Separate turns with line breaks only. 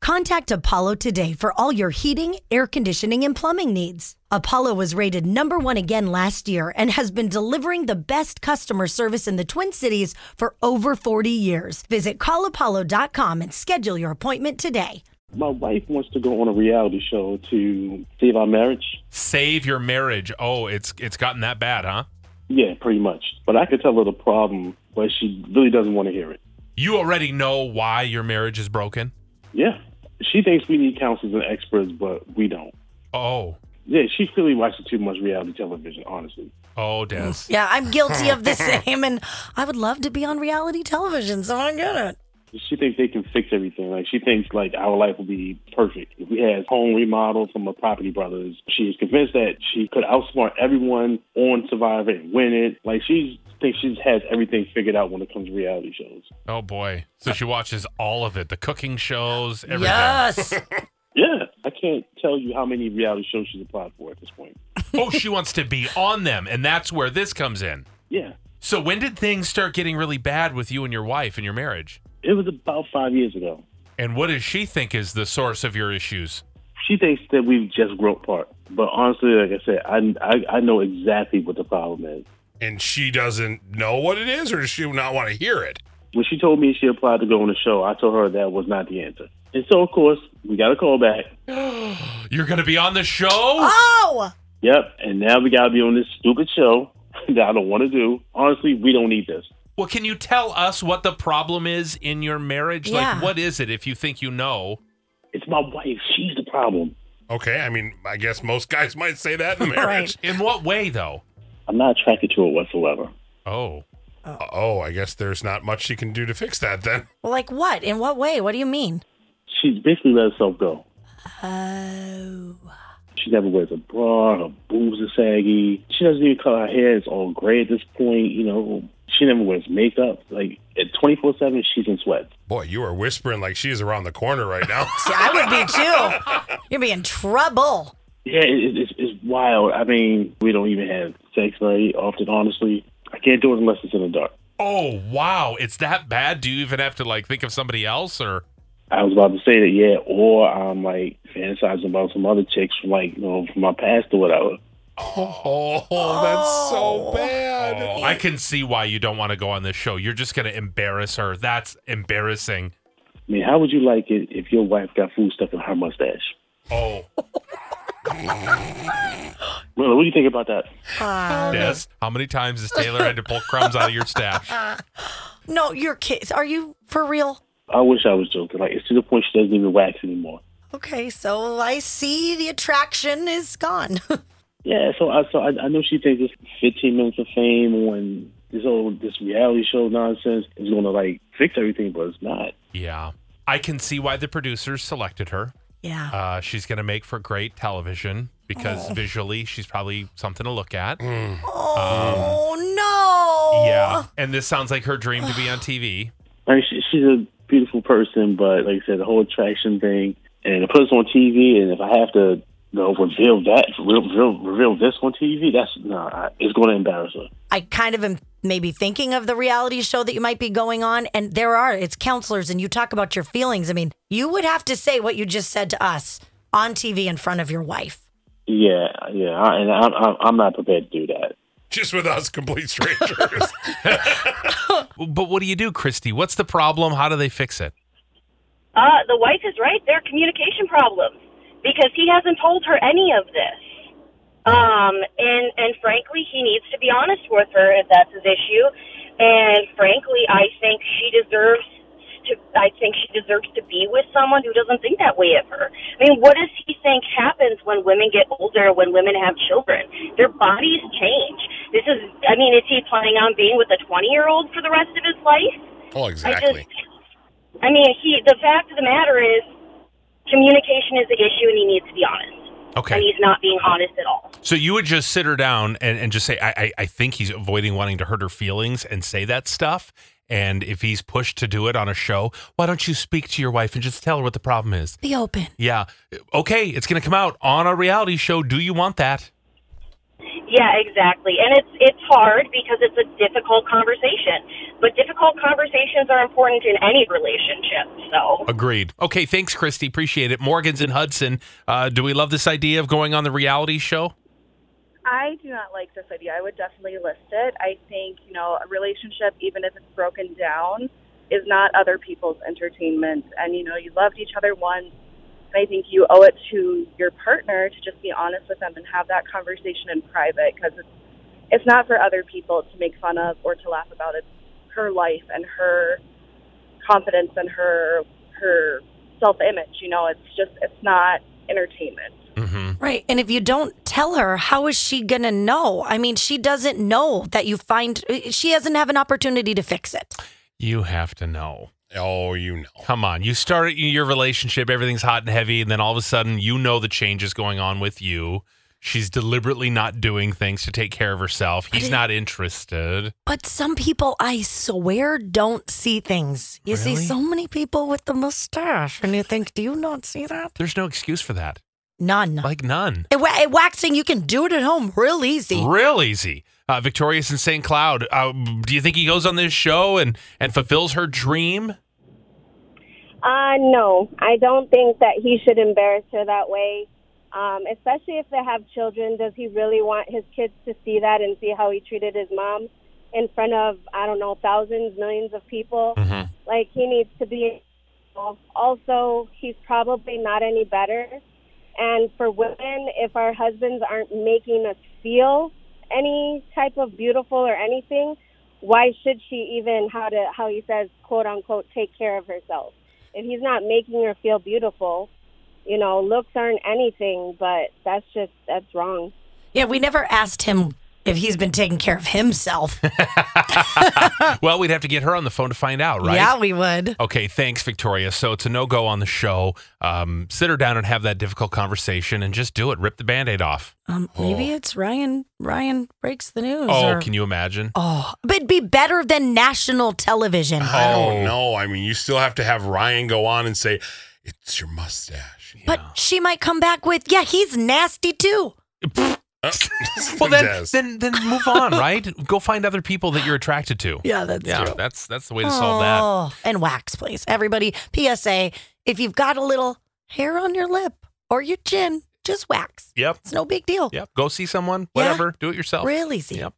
Contact Apollo today for all your heating, air conditioning, and plumbing needs. Apollo was rated number one again last year and has been delivering the best customer service in the Twin Cities for over 40 years. Visit callapollo.com and schedule your appointment today.
My wife wants to go on a reality show to save our marriage.
Save your marriage. Oh, it's it's gotten that bad, huh?
Yeah, pretty much. But I could tell her the problem, but she really doesn't want to hear it.
You already know why your marriage is broken?
Yeah. She thinks we need counselors and experts, but we don't.
Oh.
Yeah, she really watches too much reality television, honestly.
Oh, Des.
Yeah, I'm guilty of the same, and I would love to be on reality television, so I get it.
She thinks they can fix everything. Like she thinks like our life will be perfect. If we had home remodel from a property brothers, she is convinced that she could outsmart everyone on Survivor and win it. Like she thinks she has everything figured out when it comes to reality shows.
Oh boy. So she watches all of it, the cooking shows, everything.
Yes.
Yeah, I can't tell you how many reality shows she's applied for at this point.
oh, she wants to be on them, and that's where this comes in.
Yeah,
So when did things start getting really bad with you and your wife and your marriage?
it was about five years ago.
And what does she think is the source of your issues?
She thinks that we've just grown apart, but honestly, like I said, I, I I know exactly what the problem is.
And she doesn't know what it is, or does she not want to hear it?
when she told me she applied to go on the show, I told her that was not the answer. And so, of course, we got a call back.
You're going to be on the show?
Oh,
Yep. And now we got to be on this stupid show that I don't want to do. Honestly, we don't need this.
Well, can you tell us what the problem is in your marriage?
Yeah.
Like, what is it if you think you know?
It's my wife. She's the problem.
Okay, I mean, I guess most guys might say that in marriage.
right.
In what way, though?
I'm not attracted to her whatsoever.
Oh.
Oh, I guess there's not much she can do to fix that then.
Well, like what? In what way? What do you mean?
She's basically let herself go.
Oh.
She never wears a bra. Her boobs are saggy. She doesn't even color her hair. It's all gray at this point. You know, she never wears makeup. Like, at 24 7, she's in sweats.
Boy, you are whispering like she's around the corner right now.
I would be too. You'd be in trouble.
Yeah, it, it- it's, it's wild. I mean, we don't even have sex very often, honestly. I can't do it unless it's in the dark.
Oh, wow. It's that bad? Do you even have to, like, think of somebody else or?
I was about to say that, yeah, or I'm like fantasizing about some other chicks from like, you know, from my past or whatever.
oh, that's so bad.
Oh, I can see why you don't want to go on this show. You're just going to embarrass her. That's embarrassing.
I mean, how would you like it if your wife got food stuck in her mustache?
Oh,
Well, what do you think about that?
Des, how many times has Taylor had to pull crumbs out of your stash?
No, you're kids. Are you for real?
I wish I was joking. Like, it's to the point she doesn't even wax anymore.
Okay, so I see the attraction is gone.
Yeah, so I so I, I know she thinks this 15 minutes of fame on this old this reality show nonsense is gonna like fix everything, but it's not.
Yeah. I can see why the producers selected her.
yeah.
Uh, she's going to make for great television because visually she's probably something to look at.
oh no.
Yeah. And this sounds like her dream to be on TV.
I mean, she, she's a beautiful person, but like I said, the whole attraction thing, and it puts on TV, and if I have to, you know, reveal that, reveal, reveal this on TV, that's nah, I- it's going to embarrass her.
I kind of am maybe thinking of the reality show that you might be going on, and there are it's counselors, and you talk about your feelings. I mean, you would have to say what you just said to us on TV in front of your wife.
Yeah, yeah, I, and I'm, I'm I'm not prepared to do that.
Just with us complete strangers.
But what do you do, Christy? What's the problem? How do they fix it?
Uh, the wife is right. There are communication problems because he hasn't told her any of this. Um, and and frankly, he needs to be honest with her if that's his issue. And frankly, I think she deserves to. I think she deserves to be with someone who doesn't think that way of her. I mean, what does he think happens when women get older? When women have children, their bodies change. This is. I mean, is he planning on being with a twenty-year-old for the rest of his life?
oh, exactly.
I just, I mean, he. The fact of the matter is, communication is the issue, and he needs to be honest. And
Okay.
he's not being honest at all.
So you would just sit her down and, and just say, I, I, I think he's avoiding wanting to hurt her feelings and say that stuff. And if he's pushed to do it on a show, why don't you speak to your wife and just tell her what the problem is?
Be open.
Yeah. Okay. It's going to come out on a reality show. Do you want that?
Yeah, exactly. And it's it's hard because it's a difficult conversation. But difficult conversations are important in any relationship. So
Agreed. Okay, thanks, Christy. Appreciate it. Morgan's in Hudson. Uh, do we love this idea of going on the reality show?
I do not like this idea. I would definitely list it. I think, you know, a relationship, even if it's broken down, is not other people's entertainment. And, you know, you loved each other once. And I think you owe it to your partner to just be honest with them and have that conversation in private because it's, it's not for other people to make fun of or to laugh about. It's her life and her confidence and her, her self image. You know, it's just, it's not entertainment.
Mm-hmm.
Right. And if you don't tell her, how is she going to know? I mean, she doesn't know that you find, she doesn't have an opportunity to fix it.
You have to know.
Oh, you know.
Come on. You start your relationship, everything's hot and heavy, and then all of a sudden you know the change is going on with you. She's deliberately not doing things to take care of herself. He's not interested.
But some people, I swear, don't see things. You see
Really?
so many people with the mustache, and you think, do you not see that?
There's no excuse for that.
None.
Like none.
It, wa- it waxing, you can do it at home real easy.
Real easy. Uh, Victoria's in St. Cloud. Uh, do you think he goes on this show and, and fulfills her dream?
Uh, no, I don't think that he should embarrass her that way. Um, especially if they have children, does he really want his kids to see that and see how he treated his mom in front of I don't know thousands, millions of people?
Mhm.
Like he needs to be. Also, he's probably not any better. And for women, if our husbands aren't making us feel any type of beautiful or anything, why should she even how to how he says quote unquote take care of herself? if he's not making her feel beautiful, you know, looks aren't anything, but that's just that's wrong.
Yeah, we never asked him if he's been taking care of himself.
Well, we'd have to get her on the phone to find out, right? Oh.
Yeah, we would.
Okay, thanks, Victoria. So it's a no go on the show. Um, sit her down and have that difficult conversation and just do it. Rip the band aid off.
Um, maybe it's Ryan. Ryan breaks the news.
Oh,
or-
can you imagine?
oh, but it'd be better than national television.
Oh, no. I mean, you still have to have Ryan go on and say, it's your mustache.
But she might come back with, yeah, he's nasty too.
Uh,
Well, then,
Des.
then, then move on, right? Go find other people that you're attracted to.
Yeah, that's
Yeah, that's that's the way to solve that.
And wax, please. Everybody, PSA, if you've got a little hair on your lip or your chin, just wax.
Yep,
It's no big deal.
yep. Go see someone.
Yeah.
Whatever. Do it yourself.
Real easy.
Yep.